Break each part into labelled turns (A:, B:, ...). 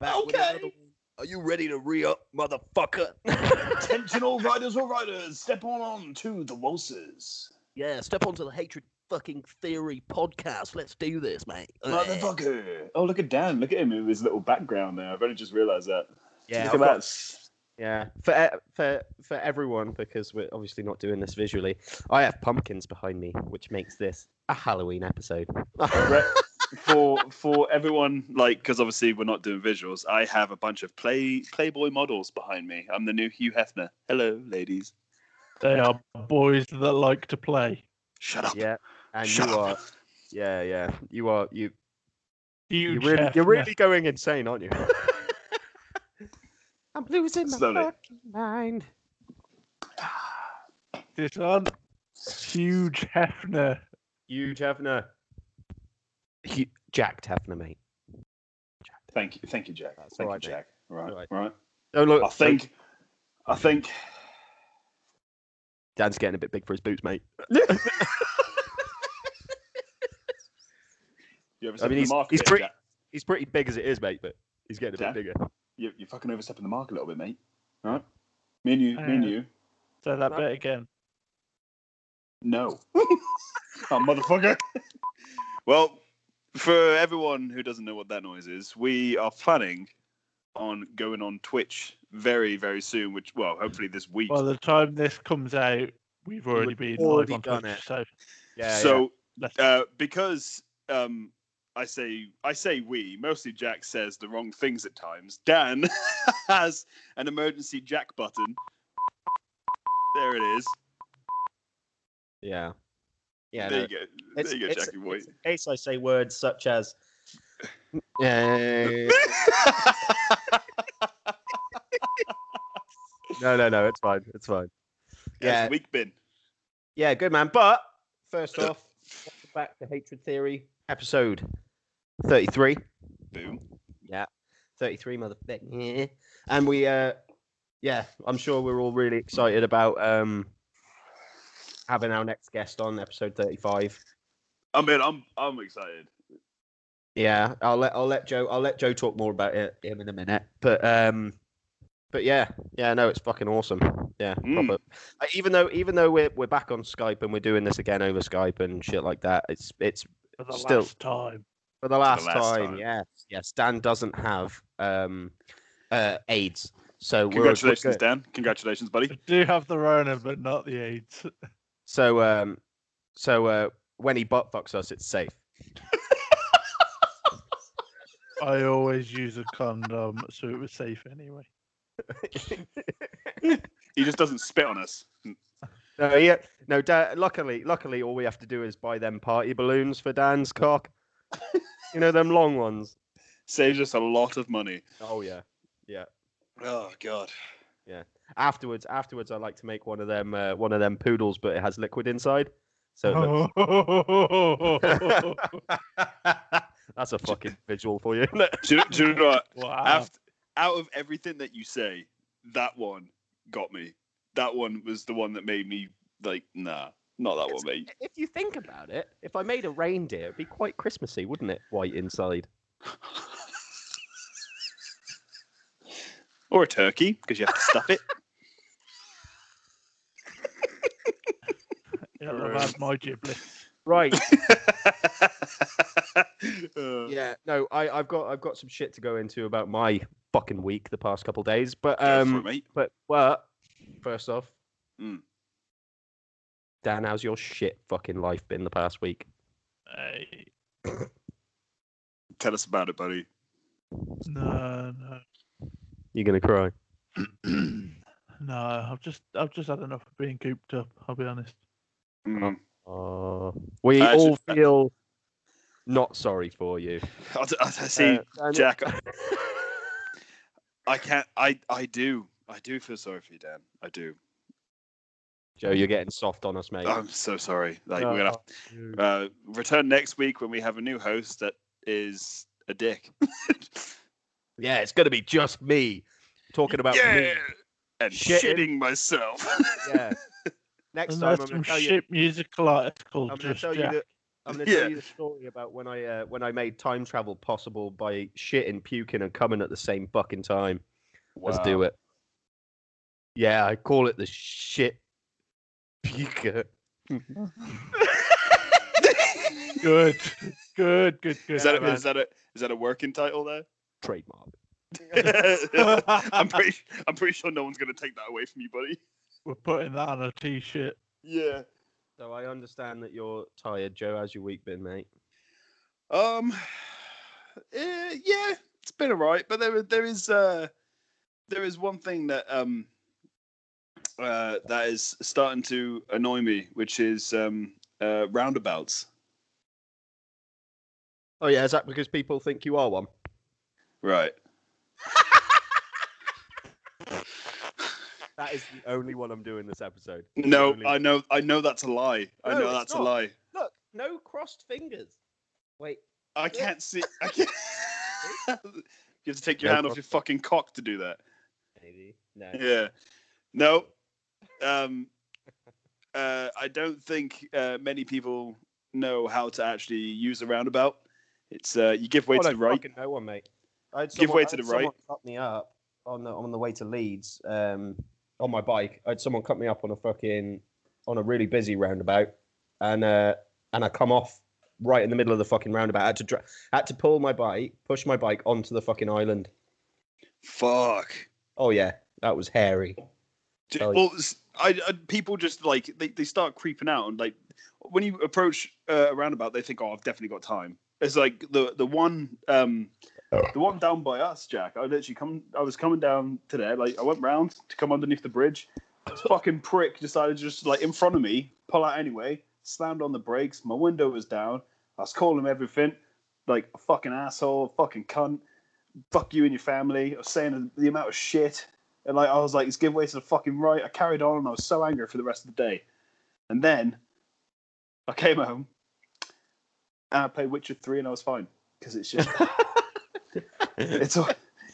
A: Back with
B: Okay.
A: another one. Are you ready to re up, motherfucker?
B: Attentional riders or riders, step on on to the waltzers.
A: yeah, step onto the Hatred Fucking Theory podcast. Let's do this, mate.
B: Motherfucker. Oh, look at Dan. Look at him in his little background there. I've only just realized that.
C: Yeah,
B: look at that.
C: yeah. For e- for for everyone, because we're obviously not doing this visually. I have pumpkins behind me, which makes this a Halloween episode.
B: Re- for for everyone, like, because obviously we're not doing visuals. I have a bunch of play Playboy models behind me. I'm the new Hugh Hefner. Hello, ladies.
D: They are boys that like to play.
B: Shut up.
C: yeah, and
B: Shut
C: you
B: up.
C: are. Yeah, yeah. You are. You
D: Huge
C: you're really,
D: Hefner.
C: you're really going insane, aren't you? I'm losing my
B: Slowly.
C: fucking mind.
D: This on huge Hefner.
C: Huge Hefner. Hu Jack Hefner, mate.
B: Thank you, thank you, Jack.
C: That's
B: thank you,
C: all right, mate.
B: Jack. Right,
C: All right.
B: right.
C: Oh look,
B: I think, I think.
C: Dan's getting a bit big for his boots, mate.
B: You
C: I
B: overstepping
C: mean, he's-
B: the mark. a
C: he's
B: bit,
C: pretty-
B: Jack.
C: He's pretty big as it is, mate, but he's getting a
B: Dan?
C: bit bigger.
B: You, you're fucking overstepping the mark a little bit, mate. All right. Me and you, me and
D: Uh,
B: you.
D: Say that bit again.
B: No. oh, motherfucker. well, for everyone who doesn't know what that noise is, we are planning on going on Twitch very, very soon. Which, well, hopefully this week.
D: By the time this comes out, we've already
C: We've
D: been
C: already
D: live
C: done
D: on Twitch,
C: it.
D: so
C: Yeah.
B: so.
D: let's
B: Uh, because um, I say I say we mostly Jack says the wrong things at times. Dan has an emergency Jack button. There it is.
C: yeah. Yeah.
B: there
C: no,
B: you go. there you go, Jack. You boy.
C: it's in case I say words such as. Yeah. no, no, no. It's fine. It's fine.
B: yeah.
C: Yeah.
B: week bin.
C: Yeah, good man. But first off, welcome back to Hatred Theory, episode 33.
B: Boom.
C: 33 motherfucker. Yeah. And we uh yeah, I'm sure we're all really excited about um having our next guest on episode 35.
B: I mean, Oh, I'm I'm excited.
C: Yeah, I'll let I'll let Joe I'll let Joe talk more about it him in a minute. But um but yeah, yeah, no, it's fucking awesome. Yeah,
B: Mm.
C: proper. Uh, even though even though we're we're back on Skype and we're doing this again over Skype and shit like that, it's it's
D: for the
C: still-
D: last time.
C: for the last,
B: last
C: time,
B: time.
C: Yes, yes. Dan doesn't have um uh AIDS, so we're- we're
B: Congratulations,
C: good.
B: Dan. Congratulations, buddy.
D: They do have the Rona, but not the AIDS.
C: So um, so uh, when he butt fucks us, it's safe.
D: I always use a condom, so it was safe anyway.
B: He just doesn't spit on us.
C: No, yeah, no. Dan, luckily, luckily, all we have to do is buy them party balloons for Dan's cock. you know them long ones.
B: Saves us a lot of money.
C: Oh yeah.
B: Oh God.
C: Afterwards, afterwards, I like to make one of them, uh, one of them poodles, but it has liquid inside. So it looks- Oh. that's a fucking visual for you. isn't it?
B: Do, you- do you know what?
D: wow.
B: Aft out of everything that you say, that one got me. That one was the one that made me like, nah, not that one, mate.
C: if you think about it, if I made a reindeer, it'd be quite Christmassy, wouldn't it? White inside.
B: Or a turkey, because you have to stuff it.
D: It'll have had my giblets.
C: Right.
B: Uh,
C: yeah no I, i've got i've got some shit to go into about my fucking week the past couple days but
B: go for
C: um
B: it, mate.
C: but but first off
B: Mm.
C: dan how's your shit fucking life been the past week
D: Hey,
B: Tell us about it, buddy.
D: no, no.
C: you're gonna cry
D: No, I've just I've just had enough of being cooped up, I'll be honest.
B: Mm.
D: Uh,
C: oh we
B: I
C: all
B: should-
C: feel not sorry for you
B: I, I- I see,
C: Uh, Dan-
B: Jack. I can't. I I do. I do feel sorry for you, Dan. I do.
C: joe you're getting soft on us mate
B: I'm so sorry. Like Oh, we're gonna have Uh, return next week when we have a new host that is a dick.
C: yeah it's gonna be just me talking about me.
B: and
C: Shitting.
B: shitting myself.
C: yeah next
D: And
C: time i'm
D: there's some
C: gonna tell you
D: shit musical article
C: I'm going to
D: just
C: tell you
D: Jack.
C: that. I'm going to
B: Yeah.
C: tell you the story about when I uh, when I made time travel possible by shitting, puking, and coming at the same fucking time. Let's do it. Yeah, I call it the shit puker.
D: Good, good, good, good.
B: Is that, a,
D: man.
B: is, that a, is that a working title there?
C: trademark.
B: I'm pretty I'm pretty sure no one's gonna take that away from you, buddy.
D: We're putting that on a t-shirt.
B: Yeah.
C: So I understand that you're tired, Joe. How's your week been, mate?
B: Um eh, yeah, it's been alright, but there there is uh there is one thing that um uh that is starting to annoy me, which is um uh roundabouts.
C: Oh yeah, is that because people think you are one?
B: Right.
C: That is the only one I'm doing this episode.
B: No,
C: Totally.
B: I know I know that's a lie. I
C: No,
B: know
C: it's
B: that's
C: not.
B: a lie.
C: Look, no crossed fingers. Wait,
B: I can't see I can't You have to take your
C: No
B: hand off your fucking cock to do that.
C: maybe no.
B: yeah no um uh i don't think uh many people know how to actually use a roundabout it's uh you give way
C: Oh,
B: to
C: no,
B: the right
C: fucking No one, mate. I had
B: Give
C: someone-
B: way
C: I
B: to
C: had
B: the right.
C: Someone cut me up on the on the way to Leeds um, on my bike. I had someone cut me up on a fucking on a really busy roundabout, and uh, and I come off right in the middle of the fucking roundabout. I had to dra- had to pull my bike, push my bike onto the fucking island.
B: fuck
C: Oh yeah, that was hairy.
B: J-
C: Oh, yeah.
B: well s- I, I- people just like they, they start creeping out and like when you approach uh, a roundabout they think oh i've definitely got time it's like the the one um
C: Oh.
B: the one down by us jack i literally come i was coming down today like i went round to come underneath the bridge this fucking prick decided to just like in front of me pull out anyway slammed on the brakes my window was down i was calling him everything like a fucking asshole fucking cunt fuck you and your family i was saying the amount of shit and like I was like, it's give way to the fucking right. I carried on and I was so angry for the rest of the day. And then I came home and I played Witcher three and I was fine because it's just it's all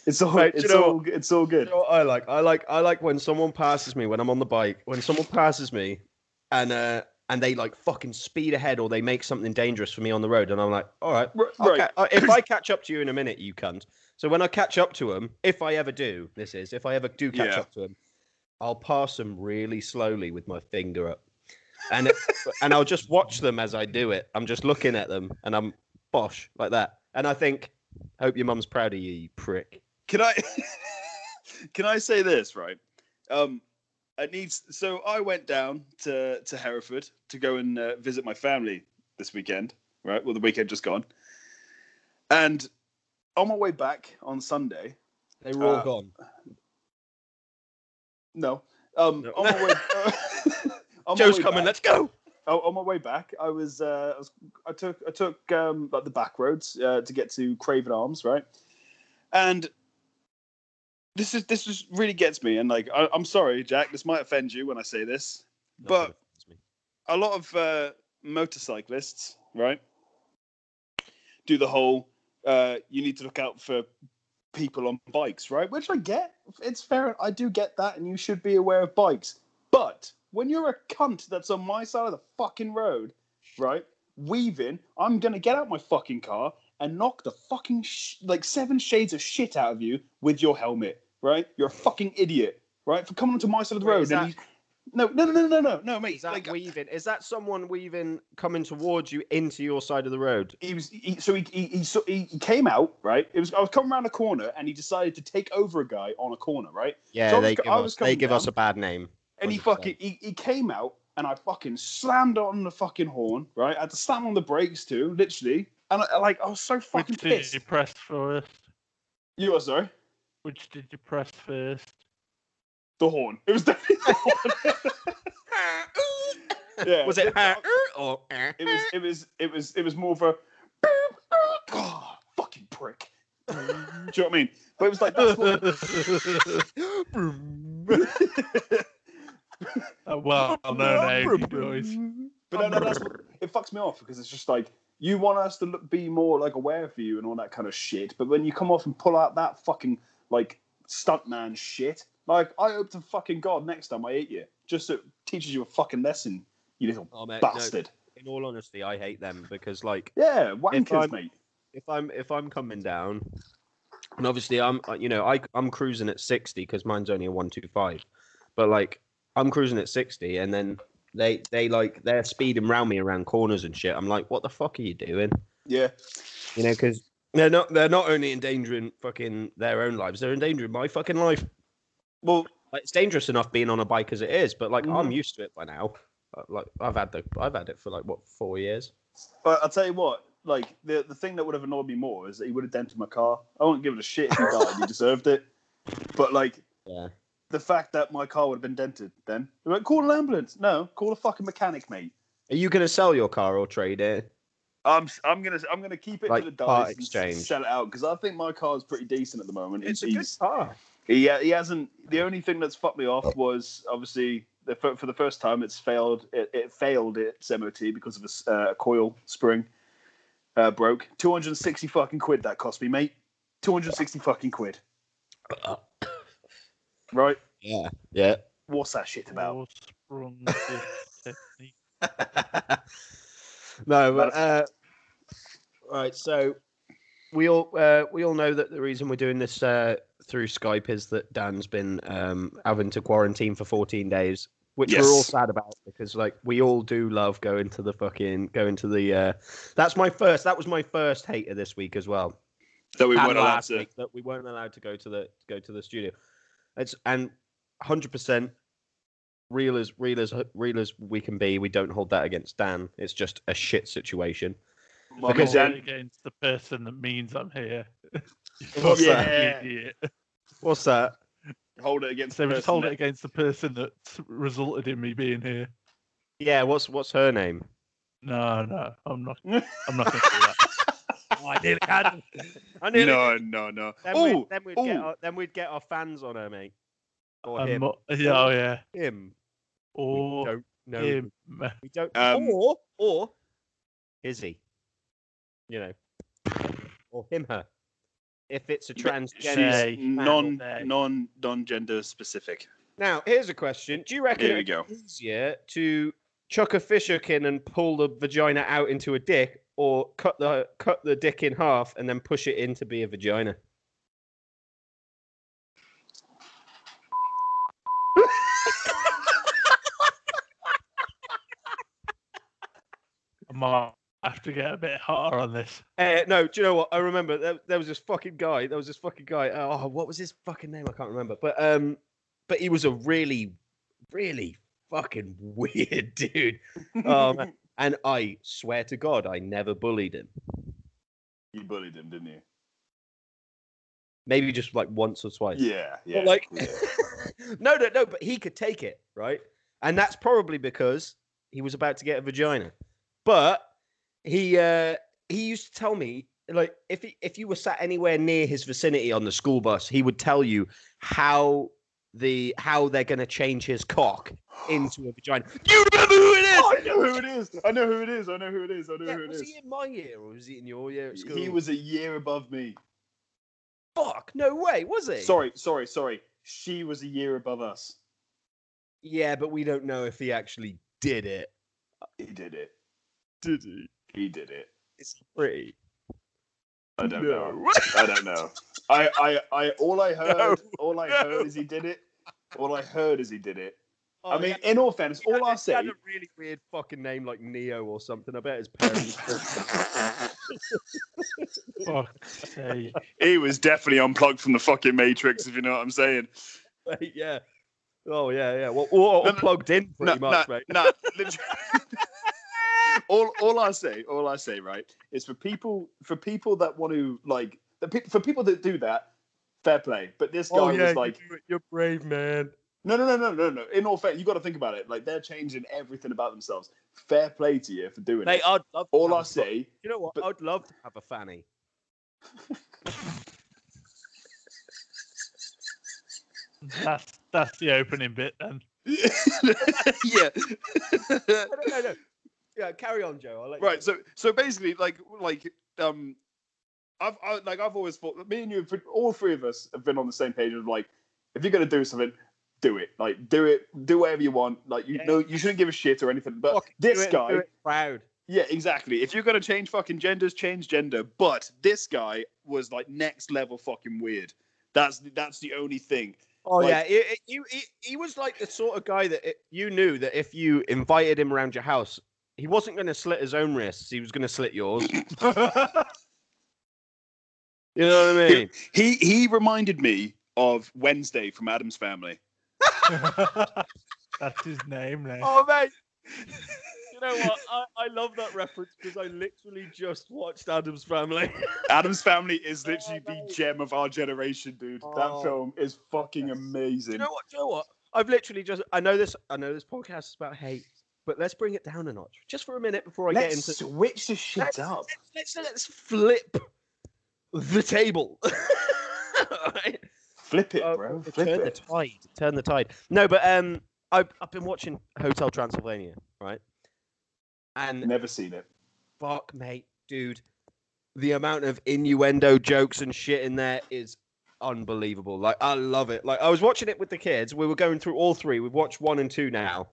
B: it's all
C: Right, do you
B: it's
C: know
B: all it's all
C: You
B: good.
C: know what I like? I like I like when someone passes me when I'm on the bike. When someone passes me, and uh, and they like fucking speed ahead or they make something dangerous for me on the road, and I'm like, all right,
B: R-
C: I'll
B: Right,
C: ca- I- if I catch up to you in a minute, you cunt. So when I catch up to him, if I ever do, this is if I ever do catch
B: Yeah.
C: up to him, I'll pass them really slowly with my finger up, and it- and I'll just watch them as I do it. I'm just looking at them, and I'm bosh like that, and I think, hope your mum's proud of you, you prick.
B: can I can I say this right? Um, it needs so I went down to to Hereford to go and uh, visit my family this weekend, right? Well, the weekend just gone, and on my way back on Sunday,
C: They were all
B: Uh,
C: gone.
B: no, um,
C: No.
B: on my way. on my
C: Joe's
B: way
C: coming.
B: back-
C: Let's go.
B: Oh, on my way back, I was, uh, I, was I took I took um, like the back roads uh, to get to Craven Arms, right? And this is this just really gets me, and like I, I'm sorry, Jack, this might offend you when I say this, but a lot of uh, motorcyclists, right, do the whole uh, you need to look out for people on bikes, right? Which I get. It's fair. I do get that, and you should be aware of bikes. But when you're a cunt that's on my side of the fucking road, right, weaving, I'm gonna get out my fucking car and knock the fucking sh- like seven shades of shit out of you with your helmet, right? You're a fucking idiot, right, for coming onto my side of the
C: Wait,
B: road.
C: is
B: and
C: that-
B: you- no, no, no, no, no, no, no, mate.
C: Is that
B: like, uh,
C: weaving? Is that someone weaving coming towards you into your side of the road?
B: he was he, so he he, he, so he he came out right. It was I was coming around a corner and he decided to take over a guy on a corner right,
C: Yeah,
B: So I was
C: they
B: co-
C: give,
B: I was
C: us, they
B: coming
C: give us
B: down.
C: a bad name.
B: and he
C: 100%.
B: fucking he, he came out and I fucking slammed on the fucking horn right. I had to slam on the brakes too, literally, and I, like I was so fucking
D: Which did
B: pissed.
D: you press first?
B: You are sorry,
D: Which did you press first?
B: the horn. It was definitely the horn.
C: Ah,
B: yeah,
C: Was it
B: I-
C: her or eh?
B: It was it was it was it was more of a oh, fucking prick. Do you know what I mean? But it was like that's what,
D: A well-known name, boys.
B: But no, no, that's what, it fucks me off because it's just like you want us to look, be more like aware of you and all that kind of shit. But when you come off and pull out that fucking like stuntman shit, like I hope to fucking god next time I eat you, just so it teaches you a fucking lesson, you little
C: Oh, mate, no.
B: bastard.
C: It in all honesty, I hate them because like
B: Yeah, wankers,
C: I'm-
B: mate.
C: if I'm if I'm coming down, and obviously I'm uh, you know I I'm cruising at sixty because mine's only a one two five, but like I'm cruising at sixty and then they they like they're speeding round me around corners and shit. I'm like, what the fuck are you doing?
B: Yeah.
C: You know, because they're not they're not only endangering fucking their own lives, they're endangering my fucking life.
B: Well,
C: Like, it's dangerous enough being on a bike as it is, but like I'm
B: Mhm.
C: used to it by now. Uh, Like I've had the I've had it for like what four years.
B: But I'll tell you what, like the the thing that would have annoyed me more is that he would have dented my car. I wouldn't give it a shit if he died. he deserved it. But like
C: Yeah.
B: the fact that my car would have been dented then. They went, call an ambulance. No, call a fucking mechanic, mate.
C: Are you gonna sell your car or trade it?
B: I'm s- I'm gonna I'm gonna keep it
C: Like
B: to the
C: part
B: dice and s-
C: exchange.
B: sell it out because I think my car's pretty decent at the moment. He's-
C: car.
B: he uh, he hasn't. The only thing that's fucked me off was obviously the, for, for the first time it's failed. It, it failed its MOT because of a s- uh, coil spring uh, broke. Two hundred and sixty fucking quid that cost me, mate. Two hundred and sixty fucking quid. Right?
C: Yeah. Yeah.
B: What's that shit about?
D: Or sprung this technique.
C: no, but uh, all right. So we all uh, we all know that the reason we're doing this uh, through Skype is that Dan's been um, having to quarantine for 14 days, which
B: Yes.
C: we're all sad about because like we all do love going to the fucking going to the. Uh, that's my first. That was my first hater this week as well.
B: That we
C: And last week that we weren't allowed to go to the go to the studio. It's and 100 percent real as real as real as we can be. We don't hold that against Dan. It's just a shit situation.
B: Well,
C: because
B: Dan-
D: Not against the person that means I'm here. You
C: What's
D: fucking
B: that?
D: idiot.
C: What's that?
B: hold it against.
D: So
B: the
D: we just
B: person
D: hold
B: that-
D: it against the person that resulted in me being here.
C: Yeah, what's what's her name?
D: No, no, I'm not. I'm not going to do that. oh, I nearly had.
C: I
B: No, no, no.
C: Then
B: Oh,
C: we'd, then, we'd
B: ooh.
C: get our, then we'd get our fans on her, mate. Or
D: I'm
C: him.
D: not- yeah, oh, yeah.
C: him. we
D: Or
C: don't know.
D: him.
C: We don't.
B: Um,
C: or or is he? You know, or him, her. If it's a
B: But
C: transgender.
D: They,
B: she's non
D: they.
B: non non gender specific.
C: Now, here's a question. Do you reckon
B: Here we
C: it's
B: go.
C: easier to chuck a fish hook in and pull the vagina out into a dick or cut the cut the dick in half and then push it in to be a vagina?
D: I might have to get a bit harder on this.
C: Uh, no, do you know what? I remember there, there was this fucking guy. There was this fucking guy. Oh, what was his fucking name? I can't remember. But um, but he was a really, really fucking weird dude. Oh, man. And I swear to God, I never bullied him.
B: you bullied him, didn't you?
C: Maybe just like once or twice.
B: Yeah, yeah.
C: But like,
B: yeah.
C: no, no, no. But he could take it, right? And that's probably because he was about to get a vagina. But he uh, he used to tell me like if he, if you were sat anywhere near his vicinity on the school bus, he would tell you how the how they're going to change his cock into a vagina. You remember who it is?
B: I know who it is. I know who it is. I know who it is. I know
C: Yeah,
B: who it
C: was
B: is.
C: he in my year or was he in your year at school?
B: He was a year above me.
C: fuck. No way, was he?
B: Sorry, sorry, sorry. She was a year above us.
C: Yeah, but we don't know if he actually did it.
B: He did it.
C: Did he?
B: He did it.
C: It's pretty.
B: I don't know. I don't know. I, I, I all I heard all I heard is he did it. All I heard is he did it. I mean, in all fairness,
C: Oh, Yeah,
B: all I
C: it's had
B: say
C: a really weird fucking name like Neo or something. I bet his parents.
D: Fuck's sake.
B: he was definitely unplugged from the fucking Matrix, if you know what I'm saying.
C: Mate, yeah. Oh yeah, yeah. Well, or, or
B: No, no,
C: plugged in pretty much, mate.
B: No, literally- all all I say, all I say, right, is for people for people that want to like the pe- for people that do that, fair play. But this
C: Oh,
B: guy was like,
C: you're brave, man.
B: no, no, no, no, no, no. In all fair, you got to think about it. Like they're changing everything about themselves. Fair play to you for doing
C: Mate,
B: it.
C: I'd love. to
B: all
C: have
B: I
C: a-
B: say,
C: You know what?
B: but-
C: I'd love to have a fanny.
D: That's that's the opening bit then.
B: yeah.
C: No, no, no, no. Yeah, carry on, Joe. I'll let you-
B: right so so basically like like um i've I, like i've always thought me and you all three of us have been on the same page of like if you're going to do something do it like do it do whatever you want like you
C: Yeah.
B: know you shouldn't give a shit or anything but
C: Fuck,
B: this
C: do it,
B: guy
C: do it proud.
B: Yeah, exactly. If you're gonna change fucking genders, change gender. But this guy was like next level fucking weird. That's that's the only thing.
C: Oh
B: Like-
C: yeah, it, it, you, he- he was like the sort of guy that it, you knew that if you invited him around your house, he wasn't going to slit his own wrists. He was going to slit yours. You know what I mean?
B: he he reminded me of Wednesday from Adam's Family.
D: That's his name now.
C: oh mate, you know what? I, I love that reference because I literally just watched Adam's Family.
B: Adam's Family is literally the gem of our generation, dude.
C: Oh.
B: That film is fucking amazing.
C: you know what? You know what? I've literally just. I know this. I know this podcast is about hate, but let's bring it down a notch just for a minute before I get into.
B: switch the shit
C: Let's- Let's let's flip the table. Alright?
B: Flip it,
C: Uh,
B: bro. Flip
C: turn the
B: it.
C: tide. Turn the tide. No, but um, I've, I've been watching Hotel Transylvania, right? And
B: Never seen it.
C: fuck, mate, dude, the amount of innuendo jokes and shit in there is unbelievable. Like, I love it. Like, I was watching it with the kids. We were going through all three. We've watched one and two now,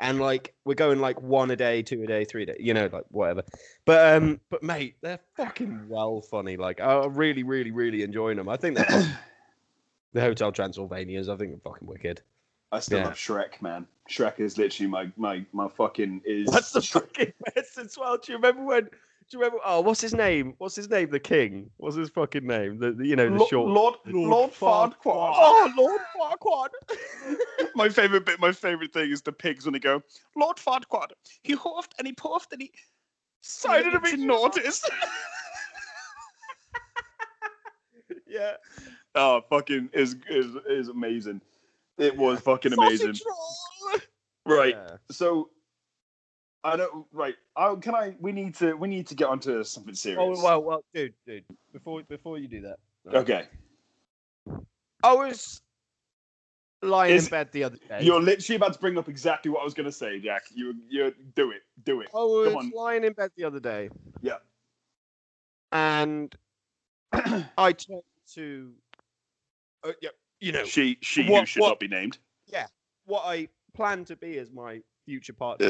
C: and like, we're going like one a day, two a day, three a day. You know, like whatever. But um, but mate, they're fucking well funny. Like, I really, really, really enjoying them. I think they're fucking- the Hotel Transylvanias. I think they're fucking wicked.
B: I still
C: Yeah.
B: love Shrek, man. Shrek is literally my my my fucking is.
C: What's the
B: Shrek-
C: fucking best as well? Do you remember when? Do you remember? Oh, what's his name? What's his name? The king. What's his fucking name? The, the you know the
B: Lo-
C: short.
B: Lord
D: Lord
B: Lord
D: Farquaad.
B: Farquaad.
C: oh, Lord Farquaad.
B: my favorite bit, my favorite thing is the pigs when they go, Lord Farquaad, he huffed and he puffed and he decided to be noticed.
C: yeah.
B: Oh, fucking is is is amazing. It was fucking amazing.
C: Sausage roll.
B: Right.
C: Yeah.
B: So I don't right. I can I we need to we need to get onto something serious.
C: Oh well, well, dude, dude. Before before you do that,
B: Okay.
C: I was lying
B: Is-
C: in bed the other day.
B: You're literally about to bring up exactly what I was gonna say, Jack. You you do it. Do it.
C: I was
B: on.
C: lying in bed the other day.
B: Yeah.
C: And I turned to, uh, yeah, you know,
B: She she who
C: What-
B: should
C: what-
B: not be named.
C: what I plan to be as my future partner.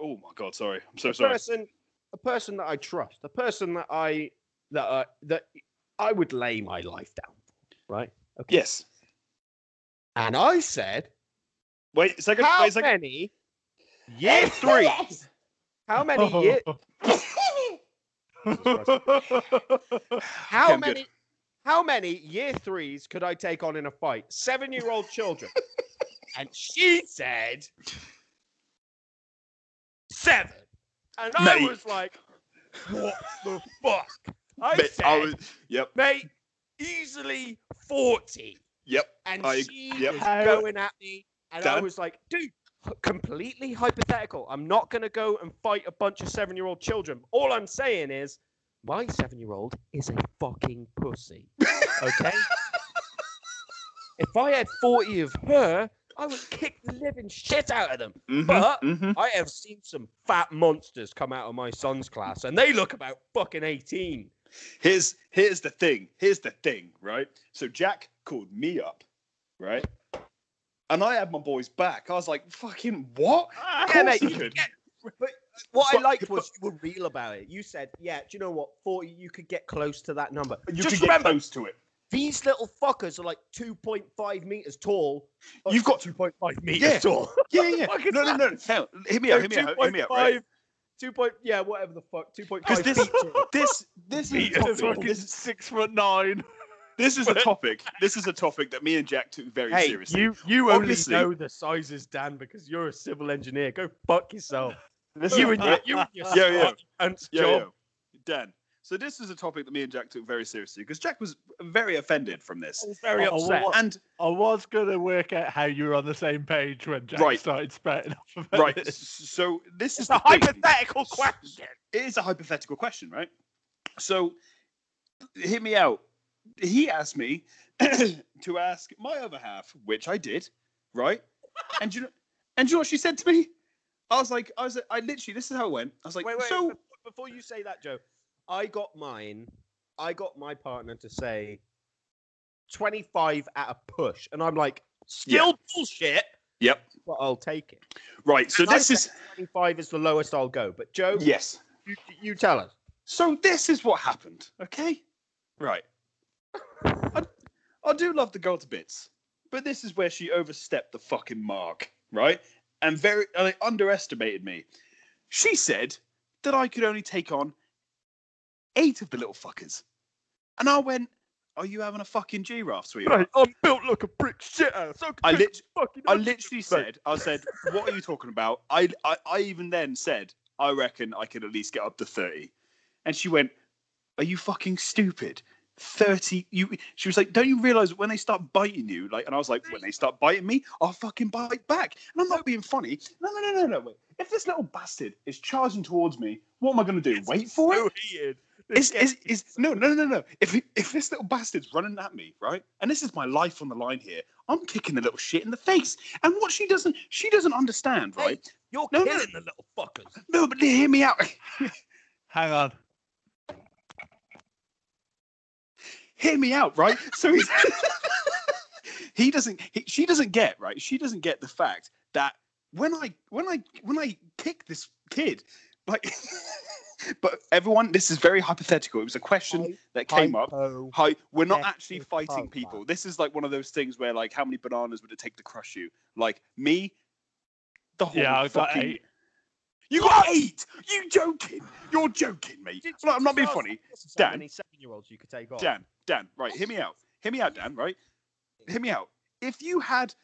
B: oh my god, sorry. I'm so
C: a
B: sorry.
C: person, a person that I trust, a person that I that I, that I would lay my life down, for, right?
B: Yes.
C: And I said,
B: Wait a second,
C: how
B: wait a second.
C: many? Year three. How many
B: Oh.
C: year, How
B: Okay, I'm good.
C: many? How many year threes could I take on in a fight? Seven-year-old children. and she said seven. And I
B: Mate.
C: was like, what the fuck? I
B: Mate,
C: said,
B: I was, yep,
C: mate, easily 40.
B: yep.
C: And
B: I-
C: she
B: yep.
C: was going at me. And I
B: Dan?
C: was like, dude, h- completely hypothetical. I'm not going to go and fight a bunch of seven year old children. All I'm saying is, my seven year old is a fucking pussy. Okay? if I had 40 of her, I would kick the living shit out of them.
B: Mhm,
C: But- uh,
B: mhm.
C: I have seen some fat monsters come out of my son's class, and they look about fucking 18.
B: here's here's the thing. Here's the thing, right? So Jack called me up, right? And I had my boys back. I was like, fucking what? Of
C: Ah, Yeah,
B: course
C: mate,
B: he
C: you
B: could.
C: get- But what I
B: But-
C: liked was you were real about it. You said, "Yeah, do you know what? Forty, you could get close to that number."
B: You
C: Just
B: could get
C: remember,
B: close to it.
C: these little fuckers are like two point five meters tall. Oh,
B: You've got-
C: two point five meters
B: Yeah.
C: tall.
B: Yeah, yeah.
C: Fuck
B: yeah.
C: is
B: No, no,
C: that?
B: no. Hell, hit me up. Hit me up. Hit me up. Right?
C: Two point, yeah, whatever the fuck. Two point five.
B: 'Cause this-
C: feet tall.
B: This this is the
D: Peter's
B: topic.
D: fucking
B: This, is-
D: six foot nine.
B: this is a topic. This is a topic that me and Jack took very
C: Hey,
B: seriously.
C: you you
B: Obviously-
C: only know the sizes, Dan, because you're a civil engineer. Go fuck yourself.
B: This
C: You
B: is-
C: and your, you and your
B: Yeah, yeah.
C: Scotch cunt's
B: Yo,
C: job.
B: yo, Dan. So this is a topic that me and Jack took very seriously because Jack was very offended from this.
C: I was very
D: Oh,
C: upset.
D: what-
B: And
D: I was gonna work out how you were on the same page when Jack
B: Right.
D: started spouting off about
B: right,
D: this.
B: uh, so this is
C: It's
B: the
C: a
B: thing.
C: hypothetical question.
B: It is a hypothetical question, right? So hear me out. He asked me to ask my other half, which I did, right? And do you know, and do you know what she said to me? I was like, I was, I literally, this is how it went. I was like,
C: Wait, wait,
B: so
C: bef- before you say that, Joe, I got mine. I got my partner to say twenty-five at a push, and I'm like, still bullshit.
B: Yep.
C: But I'll take it.
B: Right. So
C: And I
B: this is
C: said 25 is the lowest I'll go. But Joe,
B: yes.
C: you, you tell us.
B: So this is what happened. Okay. Right. I, I do love the girl to bits, but this is where she overstepped the fucking mark, right? And very and they underestimated me. She said that I could only take on eight of the little fuckers, and I went, "Are you having a fucking giraffe, sweetheart?"
D: Mate, I'm built like a brick shit house. I, can
B: I
D: take
B: lit-
D: a fucking
B: I
D: hundred,
B: literally
D: mate.
B: said, I said, what are you talking about? I, I, I even then said, I reckon I could at least get up to 30. And she went, Are you fucking stupid? 30 you she was like don't you realize when they start biting you like and i was like when they start biting me i'll fucking bite back and i'm not being funny no no no no no wait if this little bastard is charging towards me what am i going to do wait for it
D: So heated.
B: is, is, is no no no no no if if this little bastard's running at me right and this is my life on the line here i'm kicking the little shit in the face and what she doesn't she doesn't understand right
A: You're
B: No, no.
A: killing the little fuckers.
B: no but hear me out
D: Hang on.
B: hear me out right so he's he doesn't he, she doesn't get right she doesn't get the fact that when i when i when i kick this kid like but everyone this is very hypothetical it was a question that came up
C: Hypo.
B: Hi, we're not
C: Yes,
B: actually
C: it's
B: fighting
C: horrible.
B: people. This is like one of those things where, like, how many bananas would it take to crush you? Like me, the whole
D: Yeah, I got
B: Oh, fucking-
D: eight.
B: You got eight. You joking? You're joking, mate.
C: Did
B: No, I'm not being
C: Just ask
B: funny.
C: us how
B: Dan.
C: many seven-year-olds you could take on.
B: Dan, Dan, right? Hear me out. Hear me out, Dan. Right? Hear me out. If you had,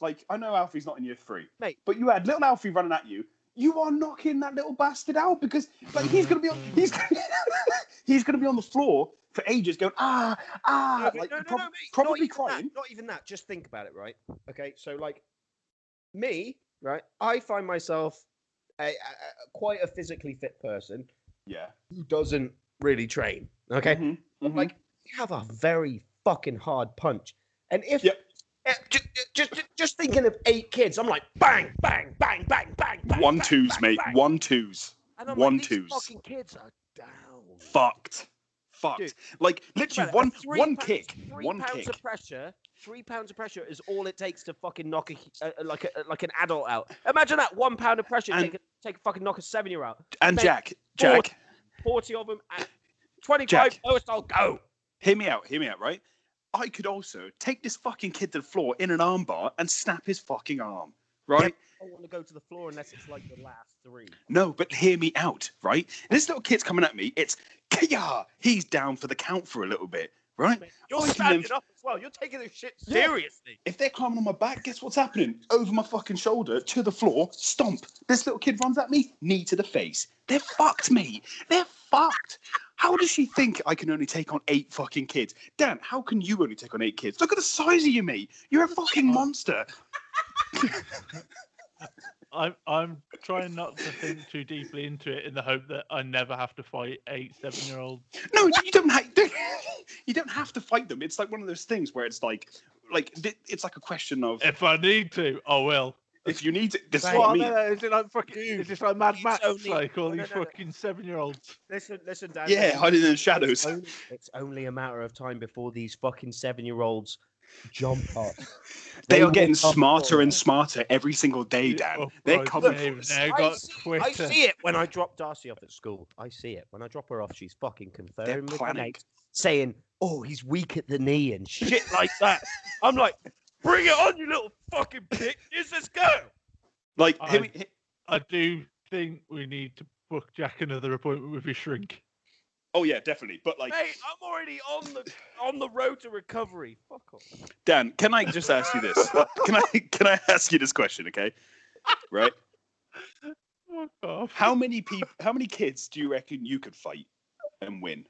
B: like, I know Alfie's not in year three,
A: Mate.
B: but you had little Alfie running at you. You are knocking that little bastard out because, like, he's gonna be on. He's gonna, he's gonna be on the floor for ages, going ah
C: No,
B: ah,
C: but
B: like
C: no, no,
B: prob-
C: no, mate, not
B: probably
C: even that,
B: crying.
C: not even that. Just think about it, right? Okay, so like me, right? I find myself a, a, a- quite a physically fit person
B: Yeah.
C: who doesn't really train. Okay,
B: Mhm, mhm.
A: Mm-hmm.
C: like you have a very fucking hard punch, and if
B: Yep.
C: just, just just thinking of eight kids, I'm like bang, bang, bang, bang, bang, bang.
B: one
C: bang,
B: twos,
C: bang,
B: mate.
C: bang.
B: One twos.
A: And I'm
B: One
A: like,
B: twos.
A: These fucking kids are down.
B: Fucked. Fucked.
A: Dude,
B: like
A: Think about
B: literally
A: it,
B: one
A: three
B: one
A: pounds-
B: kick.
A: Three
B: One
A: pounds
B: kick.
A: of pressure. Three pounds of pressure is all it takes to fucking knock a, uh, like a, like an adult out. Imagine that one pound of pressure
B: And-
A: take, a- take a fucking knock a seven year out.
B: And
A: mate,
B: Jack,
A: four-
B: Jack,
A: Forty of them at twenty five.
B: Jack.
A: Lowest I'll go.
B: hear me out. Hear me out. Right. I could also take this fucking kid to the floor in an armbar and snap his fucking arm. Right.
A: I don't want to go to the floor unless it's like the last three.
B: No, but hear me out. Right. This little kid's coming at me. It's Kia. He's down for the count for a little bit. Right.
A: You're
B: I can
A: standing
B: imagine-
A: up as well. You're taking this shit
B: Yeah.
A: seriously.
B: If they're climbing on my back, guess what's happening? Over my fucking shoulder to the floor, stomp. This little kid runs at me, knee to the face. They're fucked, mate. They're fucked. How does she think I can only take on eight fucking kids? Dan, how can you only take on eight kids? Look at the size of you, mate. You're a fucking monster.
D: I'm I'm trying not to think too deeply into it in the hope that I never have to fight eight seven year olds.
B: No, you don't have. You don't have to fight them. It's like one of those things where it's like, like th- it's like a question of
D: If I need to, I will.
B: if you need to. This is
C: Right.
B: what
D: Oh,
B: I mean.
D: no, no, is it like fucking?
C: Dude,
D: is this like Mad
C: it's
D: Max?
C: only-
D: like all
C: no,
D: these
C: no, no.
D: fucking seven year olds.
C: Listen, listen, Dan.
B: Yeah,
C: listen.
B: hiding in the shadows.
C: Only- it's only a matter of time before these fucking seven-year-olds jump up.
B: They are getting
C: will come Oh,
B: smarter
C: forward.
B: and smarter every single day, Dan. They're coming for
D: They've
B: us.
D: now
C: I
D: got
C: see-
D: Twitter.
C: I see it when I drop Darcy off at school. I see it when I drop her off. She's fucking
B: They're
C: conferring with her
B: planning.
C: mate, saying, "Oh, he's weak at the knee and shit."
A: like that. I'm like, bring it on, you little fucking pig. Here's this go.
B: Like,
D: I-
B: him, hi-
D: I do think we need to book Jack another appointment with his shrink.
B: oh yeah, definitely. But like,
A: Mate, I'm already on the on the road to recovery. Fuck off.
B: Dan, can I just ask you this? can I can I ask you this question? Okay, right?
D: Fuck off.
B: How many people? How many kids do you reckon you could fight and win?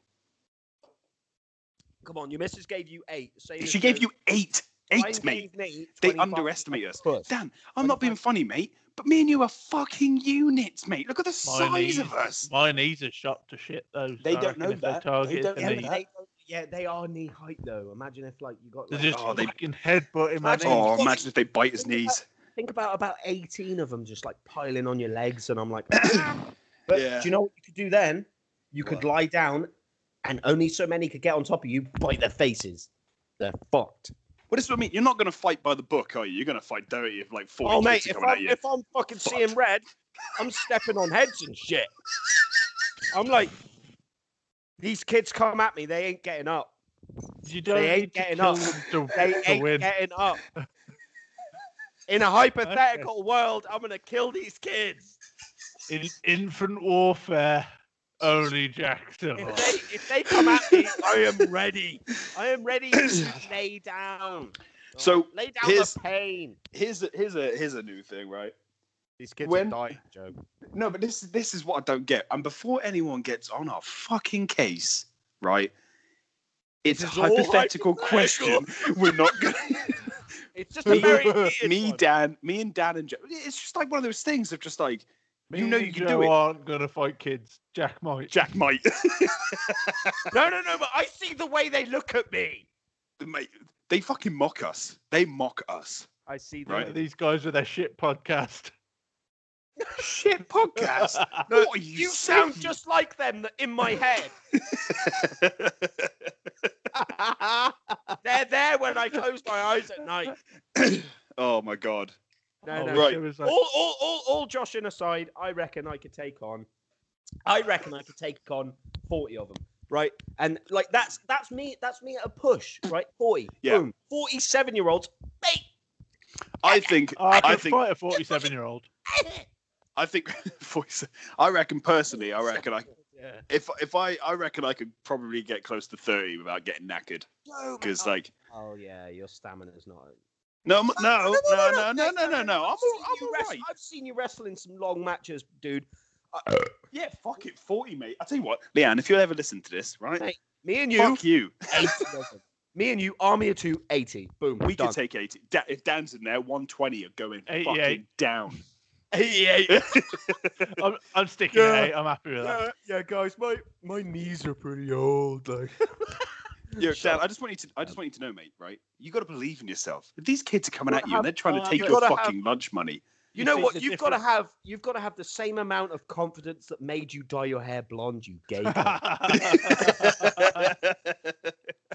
A: Come on, your missus gave you eight. Same
B: She
A: as
B: gave
A: Joe.
B: you eight,
A: Mine
B: eight, mate.
A: gave me
B: They
A: 25.
B: underestimate us.
C: Puss.
B: Dan, I'm not being funny, mate. But me and you are fucking units, mate. Look at the size of us.
D: My knees are shot to shit though.
B: They
D: so I
B: don't
D: reckon
B: know
D: if they're
B: that. They
D: targeted
B: don't
D: to
C: Yeah,
B: know
D: me,
B: that.
C: but they, yeah, they are knee height though. Imagine if like you got
D: They're
C: like,
D: just
B: Oh, they-
D: fucking headbutting my knees.
A: Imagine-
B: Oh, imagine if they bite his knees.
C: think about about eighteen of them just like piling on your legs, and I'm like, but
B: Yeah.
C: do you know what you could do then? You could
B: What?
C: lie down, and only so many could get on top of you. Bite their faces. They're fucked.
B: Well, this is what I mean. You're not going to fight by the book, are you? You're going to fight dirty if like forty
C: Oh,
B: kids
C: mate,
B: are
C: if
B: coming
C: I'm,
B: at you.
C: if I'm fucking seeing red, I'm stepping on heads and shit. I'm like, these kids come at me, they ain't getting up.
D: You don't
C: ain't
D: need to
C: getting
D: kill
C: up.
D: them to,
C: They
D: to
C: ain't
D: win.
C: getting up. In a hypothetical world, I'm gonna kill these kids.
D: In infant warfare, only Jack
C: If
B: Oh.
D: Survive.
C: they if they come at me, I am ready. I am ready to lay down.
B: So
C: lay down
B: here's-
C: the pain.
B: here's a, here's a here's a new thing, right?
C: These kids
B: When-
C: are dying, Joe.
B: No, but this this is what I don't get. And before anyone gets on our fucking case, right? It's a
C: This is all
B: hypothetical
C: hypothetical.
B: question. We're not gonna
C: It's just a
B: me,
C: very
B: me, Dan, me and Dan and Joe. It's just like one of those things of just like
D: Me
B: you know
D: and
B: you can do
D: Joe
B: it.
D: aren't gonna fight kids. Jack might.
B: Jack might,
C: No, no, no, but I see the way they look at me.
B: mate. They fucking mock us. They mock us.
C: I see the
B: Right.
C: way they-
D: These guys with their shit podcast.
B: Shit podcast.
C: No,
B: what are you,
C: You sound
B: saying?
C: just like them th- in my head. They're there when I close my eyes at night.
B: oh my god.
C: No,
D: I
C: no.
D: wish
B: Oh, Right.
D: there was, like,
C: All, all, all, all joshing aside, I reckon I could take on. I reckon I could take on forty of them, right? And like that's that's me. That's me at a push, right? Forty.
B: Yeah.
C: Boom. Forty-seven year olds. Mate.
B: I think
D: Oh,
C: Ah,
D: I,
B: I
D: could
B: think-
D: fight a 47 year old.
B: I think voice. I reckon personally. I reckon I
C: Yeah.
B: if if I I reckon I could probably get close to thirty without getting knackered
C: No, mate,
B: because
C: oh-
B: like
C: Oh yeah, your stamina's not.
B: no m- Uh, no no no no no no no I'm
C: I've
B: all,
C: seen
B: I'm
C: you
B: all
C: wrest-
B: right.
C: I've seen you wrestling some long matches, dude.
B: Yeah, fuck it, forty mate. I tell you what, Leanne, if you ever listen to this, right?
C: Mate, Me and you.
B: fuck you.
C: 80 of them. Me and you, Army of Two, 80. Boom.
B: We
C: done.
B: can take eighty. Da- if Dan's in there, one twenty are going
D: 88.
B: fucking down.
C: Eighty-eight.
D: I'm, I'm sticking
C: Yeah.
D: at eight. I'm happy with that.
C: yeah, guys, my my knees are pretty old. Like,
B: Yo,
C: Shut
B: Dan,
C: up.
B: I just want you to I just want you to know, mate. Right? You got to believe in yourself. If these kids are coming
C: Gotta
B: at you and
C: have
B: they're trying to
D: fun.
B: take
C: You
B: your
C: gotta have-
B: fucking lunch money,
C: you know
D: see
C: what?
D: the
C: You've got to have you've got to have the same amount of confidence that made you dye your hair blonde. You gay. cunt.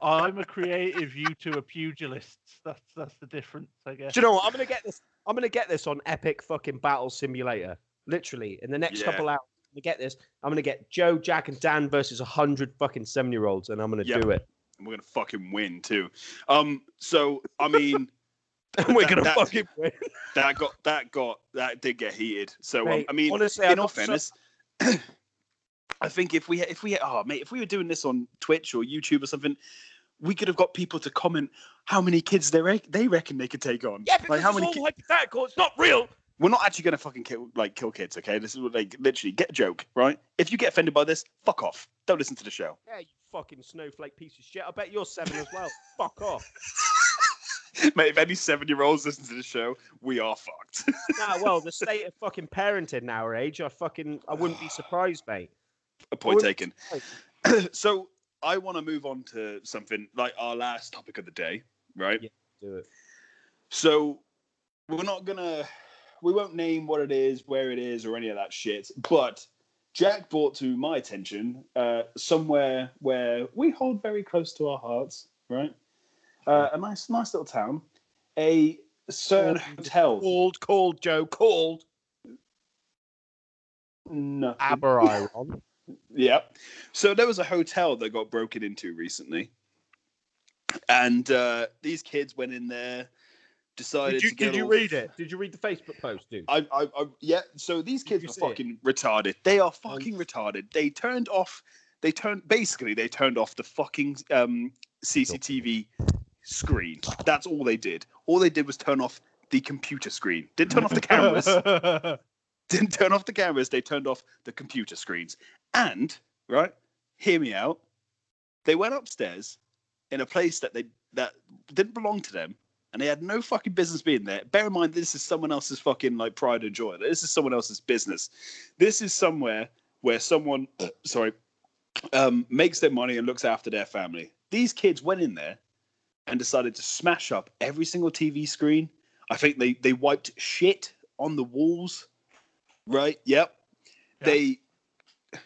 D: I'm a creative. You two are pugilists. That's that's the difference, I guess.
C: Do you know what? I'm gonna get this. I'm gonna get this on Epic fucking Battle Simulator. Literally, in the next
B: Yeah.
C: couple hours, I'm gonna get this. I'm gonna get Joe, Jack, and Dan versus hundred fucking seven-year-olds, and I'm gonna
B: Yep.
C: do it.
B: and we're gonna fucking win too. Um. So I mean.
C: And we're
B: That-
C: gonna
B: that-
C: fucking win.
B: That got that got that did get heated. So um,
C: Mate,
B: I mean,
C: honestly,
B: in
C: I
B: all
C: got so-
B: fairness, I think if we if we oh mate, if we were doing this on Twitch or YouTube or something, we could have got people to comment how many kids they rec- they reckon they could take on.
C: Yeah, because
B: like how many?
C: it's
B: ki-
C: all hypothetical. It's not real.
B: we're not actually gonna fucking kill like kill kids. Okay, this is what like literally get a joke right. If you get offended by this, fuck off. Don't listen to the show.
C: Yeah, you fucking snowflake piece of shit. I bet you're seven as well. Fuck off.
B: Mate, if any seven year olds listen to the show, we are fucked.
C: Nah, well, the state of fucking parenting our age, I fucking, I wouldn't be surprised, mate.
B: A point
C: Well,
B: taken. so I want to move on to something like our last topic of the day, right?
C: Yeah. Do it.
B: So we're not gonna, we won't name what it is, where it is, or any of that shit. But Jack brought to my attention uh, somewhere where we hold very close to our hearts, right? Uh, a nice, nice little town, a certain hotel.
C: Called, called, Joe, called
B: No.
C: Aberiron.
B: Yep. So there was a hotel that got broken into recently, and uh, these kids went in there, decided
C: did you,
B: to get.
C: did you
B: all-
C: read it? Did you read the Facebook post, dude?
B: I, I, I, yeah. So these
C: Did
B: kids
C: you
B: were
C: see Um, it?
B: fucking retarded. They are fucking retarded. They turned off. They turned basically. They turned off the fucking um, CCTV screen. That's all they did. All they did was turn off the computer screen. Didn't turn off the cameras. didn't turn off the cameras, they turned off the computer screens. And, right, hear me out, they went upstairs in a place that they that didn't belong to them and they had no fucking business being there. Bear in mind this is someone else's fucking like pride and joy. This is someone else's business. This is somewhere where someone sorry um, makes their money and looks after their family. These kids went in there and decided to smash up every single TV screen. I think they they wiped shit on the walls. Right. Yep.
D: Yeah.
B: They.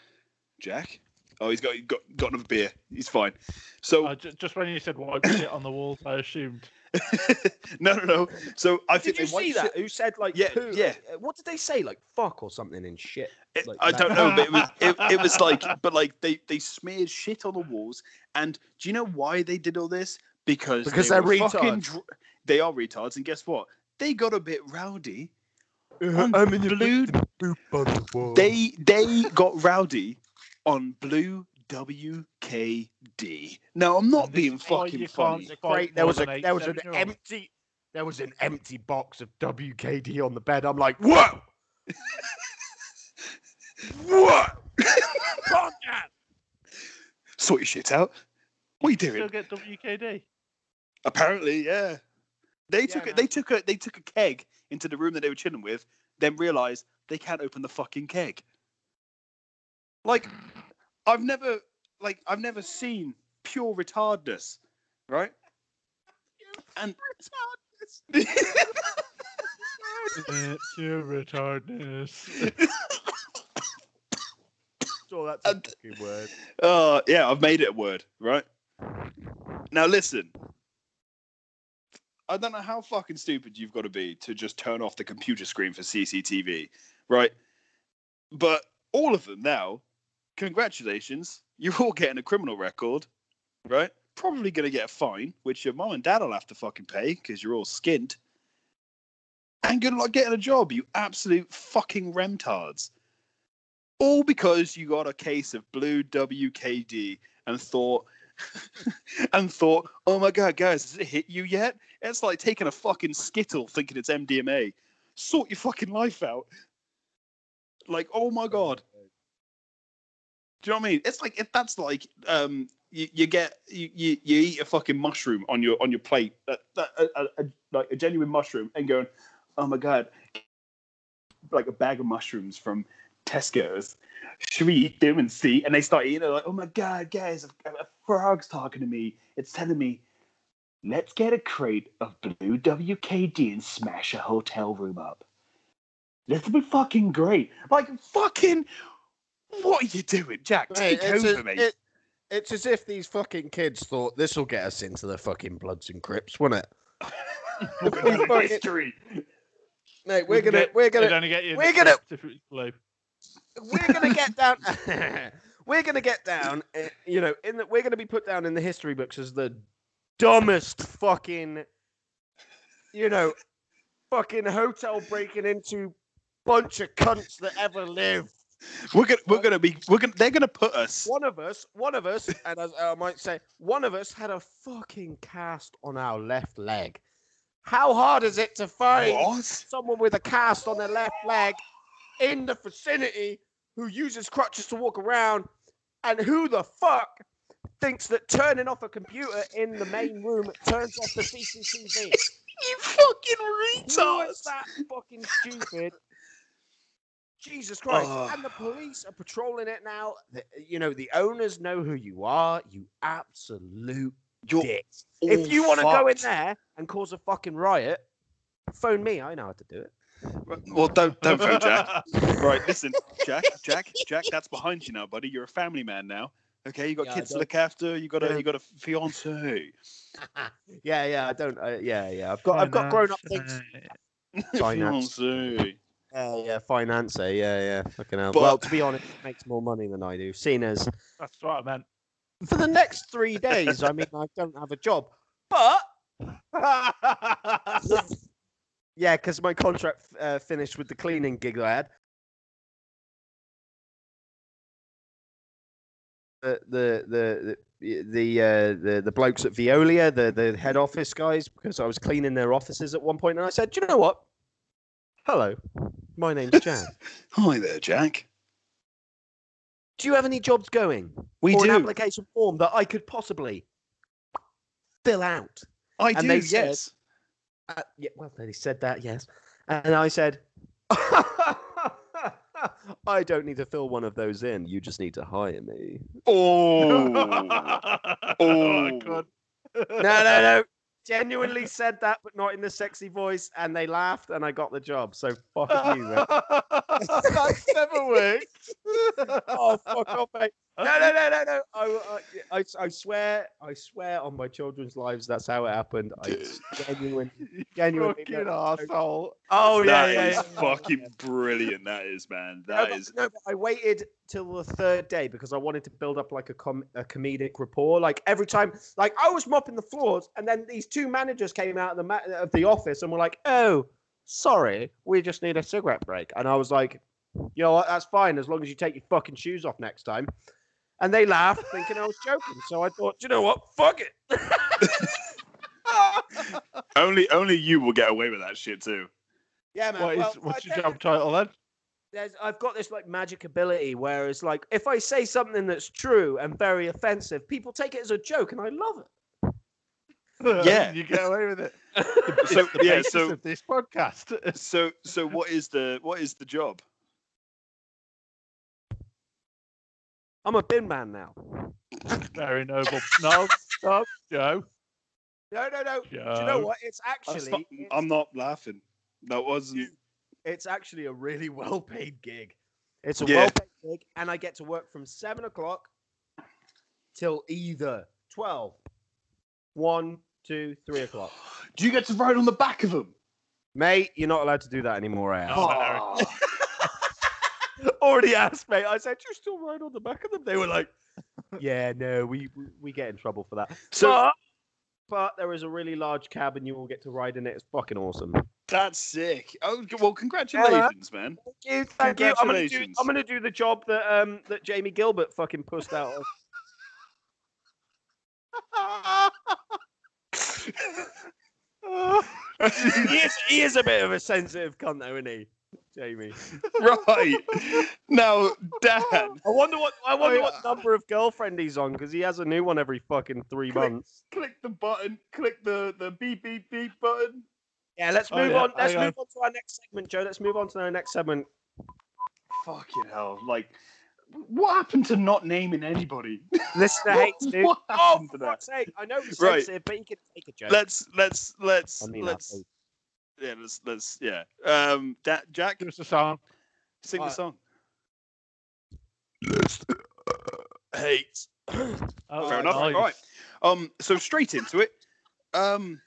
B: Jack. Oh, he's got he got got another beer. He's fine. So
D: Uh, ju- just when you said wipe shit on the walls, I assumed.
B: no, no, no. So I think
C: Did you
B: they wiped
C: see
B: it-
C: that? Who said like
B: Yeah,
C: poo?
B: yeah.
C: Uh, What did they say? Like fuck or something in shit.
B: It-
C: like
B: I
C: that.
B: don't know, but it was it, it was like, but like they they smeared shit on the walls. And do you know why they did all this? Because
C: Because
B: they
C: they're
B: were fucking
C: retards.
B: dr- they are retards, and guess what? They got a bit rowdy.
C: Uh-huh. I'm
B: on blue, they they got rowdy on blue WKD. Now I'm not
D: And this
B: being
D: is why
B: fucking
D: you
B: funny.
D: can't
C: Great.
D: fight
C: There
D: more
C: was a
D: than eight
C: there was an
D: seven-year-olds.
C: empty there was an empty box of WKD on the bed. I'm like, whoa,
B: What?
C: fuck that.
B: Sort your shit out. What are you doing?
D: Still get WKD.
B: Apparently, yeah. They took
C: man.
B: it. They took a. They took a keg into the room that they were chilling with. Then realized they can't open the fucking keg. Like, I've never, like, I've never seen pure retardness, right? And
D: you retardness.
C: Oh, that's a
B: And-
C: fucking word.
B: uh, yeah, I've made it a word, right? Now listen. I don't know how fucking stupid you've got to be to just turn off the computer screen for CCTV, right? But all of them now, congratulations, you're all getting a criminal record, right? Probably going to get a fine, which your mom and dad will have to fucking pay because you're all skint. And good luck getting a job, you absolute fucking remtards all because you got a case of blue WKD and thought and thought, oh my god, guys, has it hit you yet? It's like taking a fucking skittle thinking it's MDMA. Sort your fucking life out. Like, oh my god. Do you know what I mean? It's like if that's like um, you, you get you, you you eat a fucking mushroom on your on your plate, that, that, a, a, a- like a genuine mushroom, and going, oh my god, like a bag of mushrooms from Tesco's. Should we eat them and see? And they start eating. They're like, oh my god, guys, a, a frog's talking to me. It's telling me, let's get a crate of blue WKD and smash a hotel room up. This will be fucking great. Like fucking, what are you doing, Jack? Take
C: it's,
B: over,
C: a-
B: mate.
C: it- it's as if these fucking kids thought this will get us into the fucking Bloods and Crips, won't it?
B: Look at this
C: fucking-
B: history.
C: Mate,
D: We
C: we're
D: can
C: gonna
D: get-
C: we're
D: They'd
C: gonna
D: only get you in
C: we're
D: the
C: gonna-
D: first if it's blue.
C: we're gonna get down. we're gonna get down. uh, You know, in the, we're gonna be put down in the history books as the dumbest fucking, you know, fucking hotel breaking into bunch of cunts that ever lived.
B: We're gonna, we're gonna be, we're gonna, they're gonna put us.
C: One of us, one of us, and as I might say, one of us had a fucking cast on our left leg. How hard is it to find?
B: What?
C: someone with a cast on their left leg in the vicinity who uses crutches to walk around, and who the fuck thinks that turning off a computer in the main room turns off the CCTV?
B: You fucking
C: Who
B: retards!
C: is that fucking stupid? Jesus Christ!
B: Ugh.
C: And the police are patrolling it now. The- you know the owners know who you are. You absolute
B: You're
C: dick.
B: all
C: If you want to go in
B: fucked.
C: there and cause a fucking riot, phone me. I know how to do it.
B: Well, don't don't vote, Jack. Right, listen, Jack, Jack, Jack. That's behind you now, buddy. You're a family man now. Okay, you got
C: Yeah, I
B: kids to
C: don't-
B: look after. You got a
C: Yeah.
B: you got a fiance.
C: yeah, yeah, I don't. Uh, yeah, yeah, I've got, I've got grown up things. Finance.
B: Fiance.
C: Yeah, yeah, financer. Yeah, yeah, fucking hell.
B: But-
C: well, to be honest, it makes more money than I do. Seen as
D: That's what I meant.
C: for the next three days, I mean, I don't have a job, but yeah, because my contract uh, finished with the cleaning gig I had. The the the the the, uh, the the blokes at Veolia, the the head office guys, because I was cleaning their offices at one point, and I said, "Do you know what? Hello, my name's Jan.
B: Hi there, Jack.
C: do you have any jobs going?
B: We
C: or
B: do.
C: an application form that I could possibly fill out.
B: I
C: and
B: do.
C: they
B: Yes.
C: said- Uh, yeah, well, they said that, yes. And I said, I don't need to fill one of those in. You just need to hire me.
B: Oh.
D: oh, God.
C: no, no, no. Genuinely said that, but not in the sexy voice. And they laughed, and I got the job. So
B: eh?
C: fuck you, mate.
D: That's never worked.
C: oh, fuck off, mate. No, no, no, no, no. I, I, I- I swear, I swear on my children's lives, that's how it happened. I genuine, genuine.
D: Fucking arsehole.
C: Oh yeah,
B: That
C: yeah,
B: is
C: yeah.
B: fucking brilliant. That is, man.
C: No,
B: That
C: but-
B: is.
C: no, but I waited till the third day because I wanted to build up like a com- a comedic rapport. Like every time, like I was mopping the floors, and then these two managers came out of the ma- of the office and were like, "Oh, sorry, we just need a cigarette break." And I was like, "You know what? That's fine as long as you take your fucking shoes off next time." And they laughed, thinking I was joking. So I thought, you know what? Fuck it.
B: Only, only you will get away with that shit too.
C: Yeah, man.
D: What
C: well,
D: is, what's your
C: I
D: job title then?
C: there's I've got this like magic ability where it's like if I say something that's true and very offensive, people take it as a joke and I love it.
B: Yeah.
D: you get away with it.
B: So
D: It's the
B: yeah,
D: basis
B: so
D: of this podcast.
B: so so what is the what is the job?
C: I'm a bin man now.
D: Very noble. No, stop, Joe.
C: No, no, no.
D: Joe.
C: Do you know what? It's
B: That's
C: actually
B: not-
C: it's,
B: I'm not laughing. That wasn't.
C: it's actually a really well paid gig. It's a
B: Yeah.
C: well paid gig, and I get to work from seven o'clock till either 12, 1, 2, 3 o'clock.
B: Do you get to ride on the back of him?
C: Mate, you're not allowed to do that anymore, I
D: Oh, Larry.
C: already asked, mate. I said, "You're still right on the back of them." They were like, "Yeah, no, we we- we get in trouble for that."
B: So-
C: but, but there is a really large cab, and you all get to ride in it. It's fucking awesome.
B: That's sick. Oh well, congratulations, man.
C: Thank you, thank you. I'm gonna do
B: Congratulations.
C: I'm gonna do the job that um that Jamie Gilbert fucking pushed out. Of. he is he is a bit of a sensitive cunt, though, isn't he, Jamie?
B: right now, Dan.
C: I wonder what I wonder
B: yeah.
C: what number of girlfriend he's on because he has a new one every fucking three
B: Click.
C: months.
B: Click the button. Click the the beep beep beep button.
C: Yeah, let's
D: Oh,
C: move
D: yeah.
C: on. Let's
D: Hang
C: move on to our next segment, Joe. Let's move on to our next segment.
B: Fucking hell! Like, what happened to not naming anybody?
C: Listener
B: What-
C: hates dude.
B: what
C: Oh,
B: happened
C: for
B: to that?
C: fuck's sake! I know he's
B: Right.
C: sensitive, but he can take a joke.
B: Let's let's let's
C: I mean,
B: let's
C: I'll-
B: yeah let's let's yeah. Um, da- Jack,
D: Give us a song.
B: sing the
C: Alright.
B: song. Hate.
D: Oh,
B: Fair enough.
D: nice.
B: All right. Um, so straight into it. Um,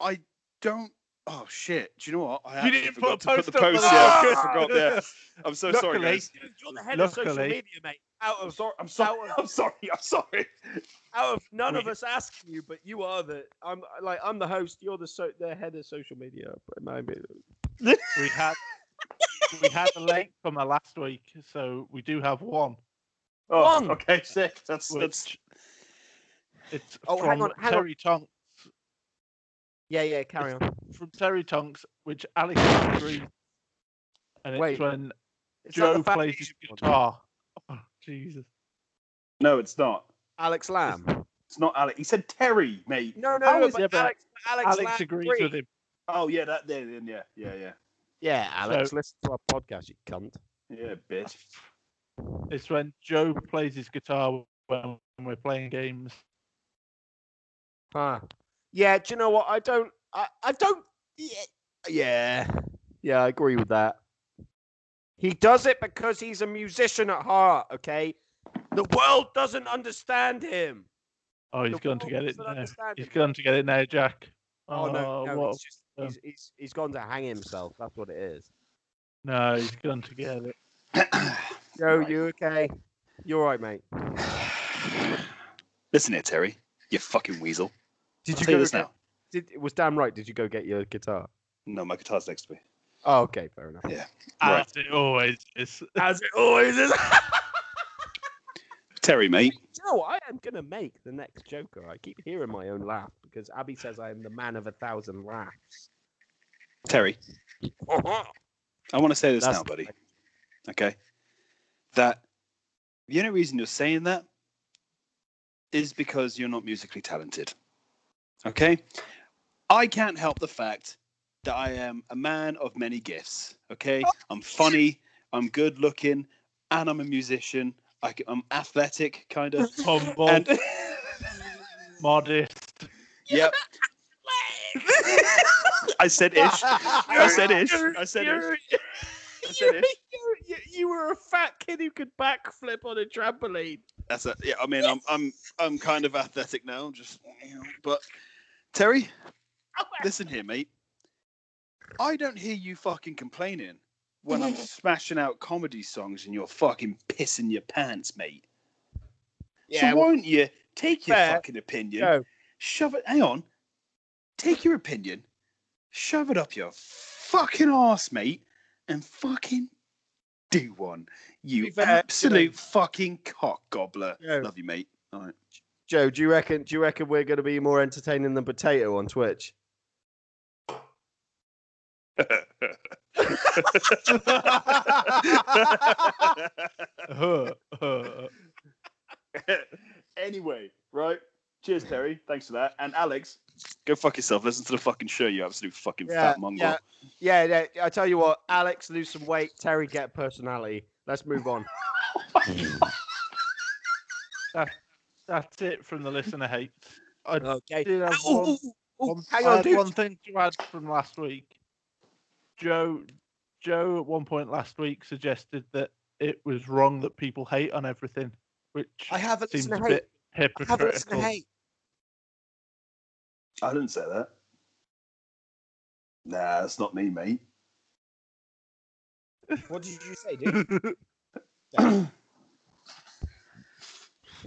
B: I don't. Oh shit! Do you know what? I
D: You
B: actually
D: didn't put a
B: forgot to put the
D: post up
B: post.
D: for
B: Yeah, I
D: that.
B: forgot. Yeah, I'm so sorry,
D: Luckily-
B: guys.
C: You're the head of social
D: Luckily-
C: media, mate. Out
B: I'm
C: of
B: sorry. I'm sorry.
C: That was-
B: I'm sorry. I'm sorry.
C: out of none of
B: We-
C: us asking you, but you are the. I'm like I'm the host. You're the so the head of social media. Maybe.
D: We had we had a link from our last week, so we do have one.
B: Oh,
C: One.
B: okay, sick. That's
D: Which-
B: that's.
D: It's
C: Oh, hang
D: from
C: on, hang on.
D: Terry Tonks.
C: Yeah, yeah. Carry on.
D: From Terry Tonks, which Alex agreed. And it's
C: Wait.
D: when
C: It's not
D: Joe
C: the fat
D: plays his
C: Asian one.
D: guitar. Oh, Jesus.
B: No, it's not.
C: Alex Lamb.
B: It's not Alex. He said Terry, mate.
C: No, no,
D: How
C: no.
D: is
C: But
D: it about-
C: Alex, Alex,
D: Alex,
C: Lamb
D: agrees
C: agreed.
D: with him.
B: Oh yeah, that there. Then yeah, yeah, yeah,
C: Yeah, Alex.
D: So-
C: listen to our podcast, you cunt.
B: yeah, bitch.
D: It's when Joe plays his guitar when we're playing games.
C: Huh. Yeah, do you know what? I don't. I, I don't. Yeah. yeah. Yeah, I agree with that. He does it because he's a musician at heart, okay? The world doesn't understand him.
D: Oh, he's
C: The
D: going to
C: world
D: get it
C: doesn't
D: now.
C: understand
D: He's
C: him.
D: going to get it now, Jack.
C: Oh, no.
D: Oh,
C: no
D: what
C: he's, just,
D: um,
C: he's, he's, he's gone to hang himself. That's what it is.
D: No, he's going to get it.
C: Joe,
B: Right.
C: you okay? You're right, mate.
B: Listen here, Terry. You fucking weasel.
C: Did
B: I'll
C: you
B: tell
C: go
B: you this
C: get-
B: now.
C: Did, it was damn right. Did you go get your guitar?
B: No, my guitar's next to me.
C: Oh, okay, fair enough.
B: Right.
D: As it always is.
C: As it always is.
B: Terry, mate.
C: Do you know what? I am gonna make the next Joker. I keep hearing my own laugh because Abby says I am the man of a thousand laughs.
B: Terry.
A: Oh.
B: I want to say this
C: That's-
B: now, buddy. Okay. That the only reason you're saying that is because you're not musically talented. Okay? I can't help the fact that I am a man of many gifts. Okay? I'm funny, I'm good looking, and I'm a musician. I, am athletic, kind of.
D: Humble,
B: And
D: modest.
B: yep. I said ish. I said ish. I said ish. I said ish.
C: You, you, you were a fat kid who could backflip on a trampoline.
B: That's it. Yeah, I mean, I'm I'm I'm kind of athletic now, just you know, but Terry,
C: Oh,
B: listen here, mate. I don't hear you fucking complaining when I'm smashing out comedy songs and you're fucking pissing your pants, mate. so
C: well,
B: won't you take your
C: fair.
B: fucking opinion,
C: no.
B: shove it? Hang on, take your opinion, shove it up your fucking ass, mate, and fucking do one. You
C: be fair, you know-
B: absolute fucking cock gobbler.
C: No.
B: Love you, mate. All right.
C: Joe, do you reckon? Do you reckon we're going to be more entertaining than Potato on Twitch?
B: anyway, right. Cheers, Terry. Thanks for that. And Alex, go fuck yourself. Listen to the fucking show, you absolute fucking
C: Yeah,
B: fat mongrel.
C: yeah, yeah, yeah. I tell you what, Alex lose some weight, Terry get personality. Let's move on.
D: That's it from the listener hates. I
C: Okay.
D: did have
C: Ooh,
D: one,
C: ooh, ooh,
D: one,
C: hang
D: I
C: on,
D: had
C: dude.
D: one thing to add from last week. Joe, Joe, at one point last week suggested that it was wrong that people hate on everything, which
C: I have a
D: seems
C: listener
D: a
C: hate.
D: bit
C: I have a listener
D: hypocritical.
C: hate.
B: I didn't say that. Nah, that's not me, mate.
E: What did you say, dude? Damn.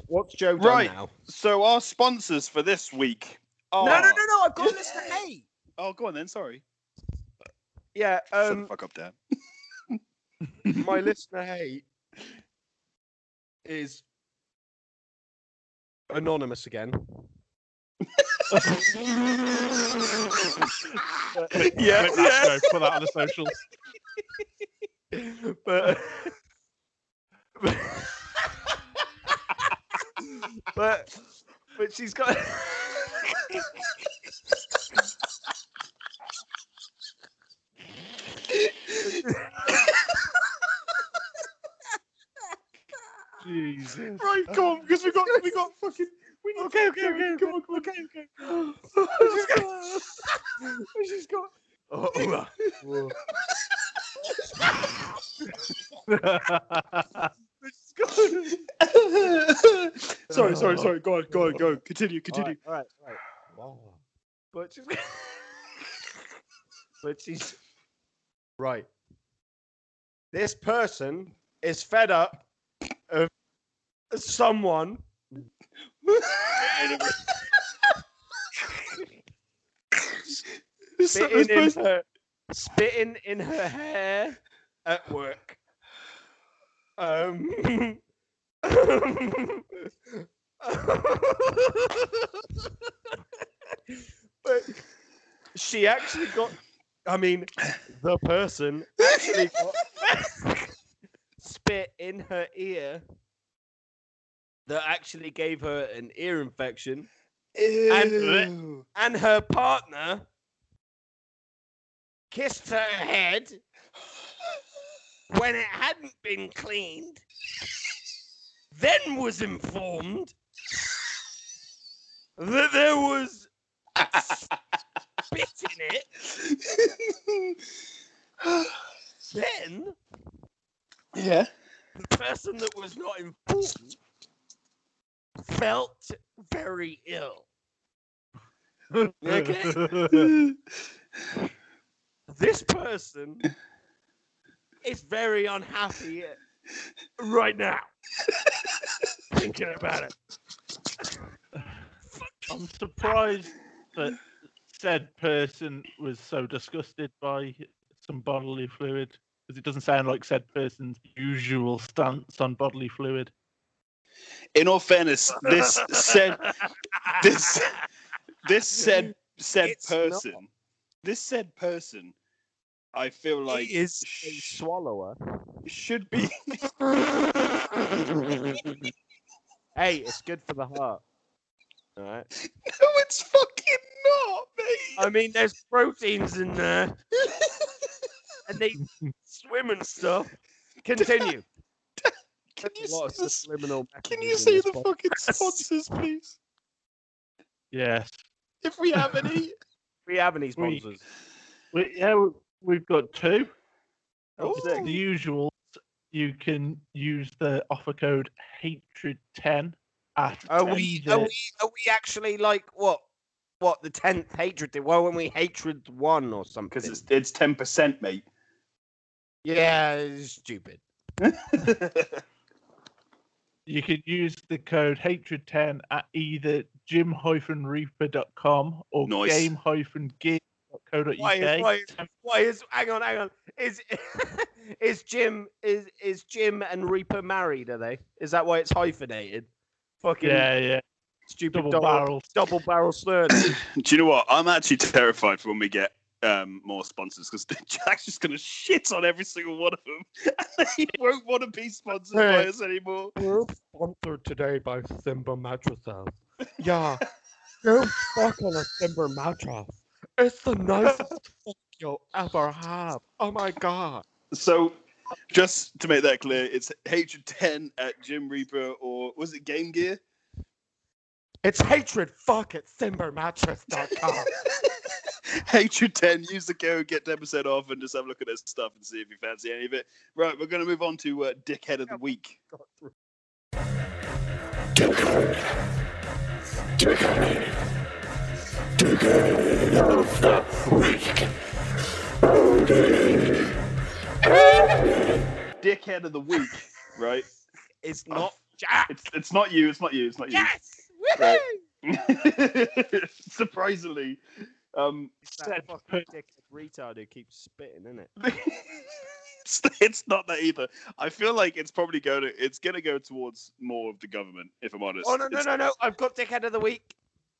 E: What's Joe done
B: Right.
E: now?
B: So our sponsors for this week
C: No,
B: are
C: no, no, no. I've got a listener hate.
B: Oh go on then, sorry.
C: Yeah.
B: Shut the
C: Um,
B: fuck up, Dan.
C: my listener hate is anonymous again.
D: Clip-
B: Yeah,
D: clip that,
B: yeah.
D: Joe, put that on the socials.
C: but uh, but but she's got
D: Jesus.
B: Right, come on, because we got we got fucking we need okay, okay, okay, come on, come on, okay, okay.
C: she's got she's got oh,
B: sorry, sorry, sorry. Go on, go on, go. on. Continue, continue.
C: All right, all right. Wow. But she's but she's right. This person is fed up of someone
B: This- this
C: spitting in
B: person-
C: her spitting in her hair at work. Um. but she actually got. I mean, the person actually got spit in her ear that actually gave her an ear infection,
B: Ew.
C: and her partner kissed her head when it hadn't been cleaned, then was informed that there was spit in it, then
B: yeah.
C: the person that was not informed felt very ill. This person is very unhappy right now. Thinking about it.
D: I'm surprised that said person was so disgusted by some bodily fluid because it doesn't sound like said person's usual stance on bodily fluid.
B: In all fairness, this said this this said said
C: It's not.
B: person, this said person, I feel like
C: he is a
B: sh-
C: swallower.
B: should be.
C: Hey, it's good for the heart. All right.
B: No, it's fucking not, mate.
C: I mean, there's proteins in there, and they swim and stuff. Continue.
B: Can you,
C: There's a lot of
B: s- s-
C: subliminal
B: can you
C: messages in
B: say
C: this
B: the
C: pod-
B: fucking sponsors, please?
D: Yes.
B: If we have any.
C: We have any
D: We-
C: sponsors?
D: We, yeah, we, we've got two.
B: Oh,
D: It's the usual you can use the offer code hatred10 at
A: Are we,
D: either-
A: are we are we actually like what what the tenth hatred did? Why weren't we hatred one or something?
B: because it's it's ten percent, mate.
A: yeah, it's stupid.
D: you can use the code hatred10 at either jim-reaper.com or
B: Nice.
D: game-gear.co.uk.
A: Why is, why, is, why is hang on hang on is is Jim is is Jim and Reaper married? Are they? Is that why it's hyphenated? Fucking
D: yeah, yeah.
A: stupid
D: Double
A: double,
D: barrel.
A: double barrel surname.
B: Do you know what? I'm actually terrified for when we get um, more sponsors because Jack's just going to shit on every single one of them. And he won't want to be sponsored by
A: Hey.
B: us anymore.
A: We're sponsored today by Simba Mattresses. Yeah, you fucking a Simba mattress. It's the nicest fuck you'll ever have. Oh my god.
B: So, just to make that clear, it's H10 at Jim Reaper or was it Game Gear?
A: It's hatred. Fuck at SimberMattress.com.
B: H10, use the code, get 10% off, and just have a look at their stuff and see if you fancy any of it. Right, we're going to move on to uh, Dickhead of the Week. Dickhead of the Week, right?
A: it's
B: not
A: Jack.
B: It's, it's not you, it's not you, it's not you.
A: Yes.
B: Right. Surprisingly. Um,
A: It's that fucking dickhead retard who keeps spitting, isn't it?
B: it's, it's not that either. I feel like it's probably going to it's going to go towards more of the government, if I'm honest.
A: Oh no no
B: It's-
A: no no! I've got dickhead of the week.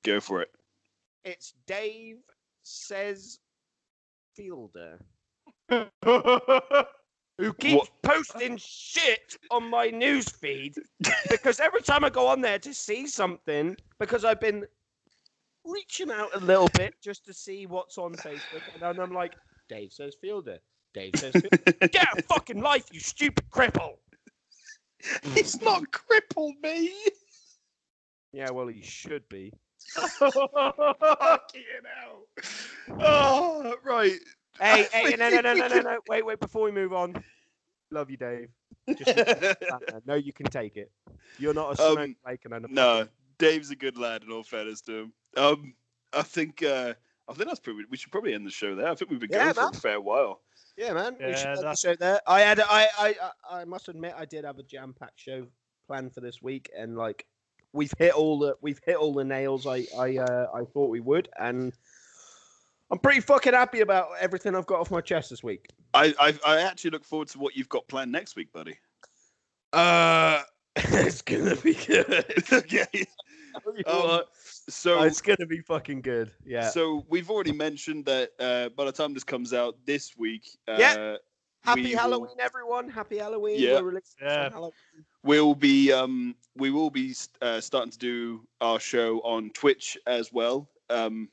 B: Go for it.
A: It's Dave says Fielder. who keeps
B: What-
A: posting shit on my news feed because every time I go on there to see something, because I've been reaching out a little bit just to see what's on Facebook, and then I'm like, Dave says Fielder. Dave says Fielder. Get a fucking life, you stupid cripple.
B: it's not crippled me.
A: Yeah, well, he should be.
B: Fucking hell. Oh, right.
A: Hey, hey, no, no, no, no, no, no. Wait, wait, before we move on. Love you, Dave. Just no, you can take it. You're not a
B: Um,
A: smoke bacon and a
B: no, Dave's a good lad. In all fairness to him, um, I think uh, I think that's probably we should probably end the show there. I think we've been
A: Yeah,
B: going for a fair while.
A: Yeah, man. we should
D: Yeah,
A: end the
D: that's-
A: show there. I had, I, I, I, I must admit, I did have a jam-packed show planned for this week, and like, we've hit all the, we've hit all the nails I, I, uh, I thought we would, and I'm pretty fucking happy about everything I've got off my chest this week.
B: I, I I actually look forward to what you've got planned next week, buddy.
A: Uh, it's gonna be good.
B: okay. Um, so
A: it's gonna be fucking good. Yeah.
B: so we've already mentioned that uh, by the time this comes out this week, uh,
A: Yeah.
B: we
A: Happy
B: will-
A: Halloween, everyone! Happy Halloween.
B: Yeah.
A: We're releasing this on
D: Yeah.
A: Halloween.
B: we'll be um we will be uh, starting to do our show on Twitch as well, um,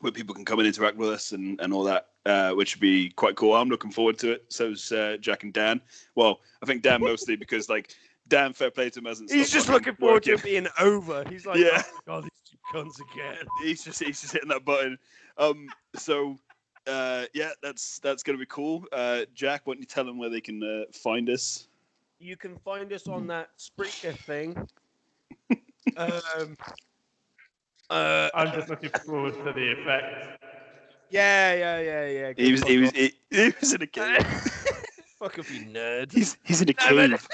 B: where people can come and interact with us and and all that, uh, which would be quite cool. I'm looking forward to it. So's uh, Jack and Dan. Well, I think Dan mostly because like Dan, fair play to him, hasn't.
A: He's
B: stopped
A: just
B: fucking
A: looking forward
B: working.
A: to it being over. He's like,
B: Yeah.
A: oh, my God, these cunts again.
B: he's just he's just hitting that button. Um, so uh, yeah, that's that's gonna be cool. Uh, Jack, why don't you tell them where they can uh, find us?
A: you can find us on that Spreaker thing. um, uh,
D: I'm just looking forward to the effect.
A: yeah, yeah, yeah, yeah.
B: He
A: good
B: was he was he, he was in a cave.
A: Fuck off, you nerd.
B: he's he's in a
A: No, no, no.
B: cave.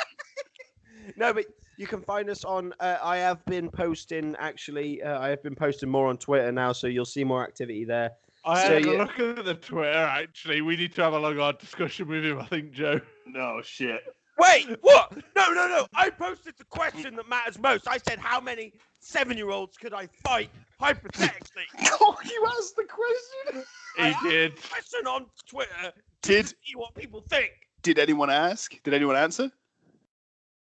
A: No, but you can find us on. Uh, I have been posting actually. Uh, I have been posting more on Twitter now, so you'll see more activity there.
D: I
A: So,
D: had a
A: yeah.
D: look at the Twitter actually. We need to have a long hard discussion with him, I think, Joe.
B: No shit.
A: Wait, what? No, no, no. I posted the question that matters most. I said, how many seven-year-olds could I fight hypothetically?
B: Oh, you asked the question.
D: He
A: I-
D: did.
A: question on Twitter.
B: Did
A: See what people think.
B: did anyone ask? Did anyone answer?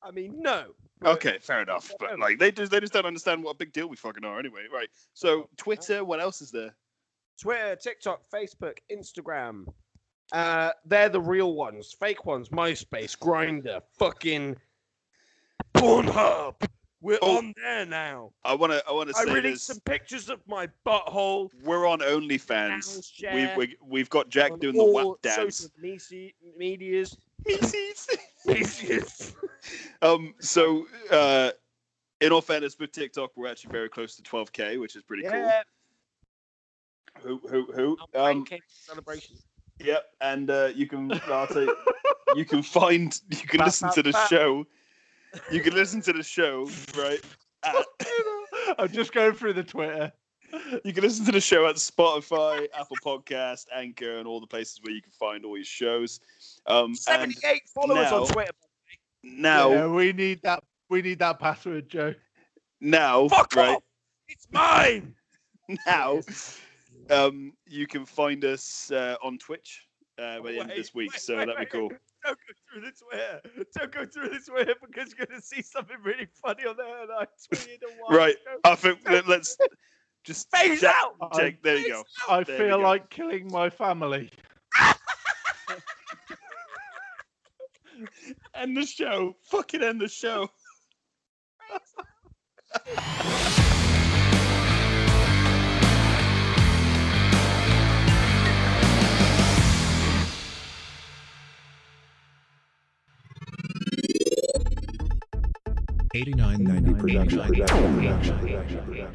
A: I mean, no.
B: Okay, fair enough. But like they just they just don't understand what a big deal we fucking are anyway. Right. So Twitter, what else is there?
A: Twitter, TikTok, Facebook, Instagram. Uh, they're the real ones. Fake ones, MySpace, Grinder, fucking Pornhub. We're
B: Oh.
A: on there now.
B: I wanna I wanna
A: I
B: say
A: released
B: this.
A: some pictures of my butthole.
B: We're on
A: Now Oh,
B: OnlyFans.
A: share
B: We've we, we've got Jack
A: on
B: doing the
A: all
B: wap dance.
A: Social medi- medias.
B: Mises.
A: Species.
B: Um, so, uh, in all fairness, with TikTok, we're actually very close to 12k, which is pretty
A: yeah.
B: cool. Who, who, who?
A: Um,
B: Um,
A: celebration.
B: yep, and uh, you can I'll tell you, you can find you can
A: Bap,
B: listen
A: bap,
B: to the
A: bap.
B: show. You can listen to the show, right? at-
D: I'm just going through the Twitter.
B: you can listen to the show at Spotify, Apple Podcast, Anchor, and all the places where you can find all your shows. Um, and
A: 78 followers
B: now-
A: on Twitter.
B: now,
D: Yeah, we need that. We need that password, Joe.
B: now,
A: Fuck
B: right?
A: off! It's mine!
B: now, um, you can find us uh, on Twitch uh, by the end of this
A: Wait,
B: week,
A: wait,
B: so
A: wait,
B: that'd be
A: wait.
B: cool.
A: Don't go through the Twitter. Don't go through the Twitter because you're going to see something really funny on there and I tweeted a while
B: Right.
A: ago.
B: I think let- let's just
A: Phase
B: Jack-
A: out!
B: Jake, there you
A: Phase
B: go.
D: I
B: There we
D: feel
B: go.
D: like killing my family.
B: End the show. Fucking end the show.
F: Eighty nine ninety
G: 89,
F: production.
G: 90 production.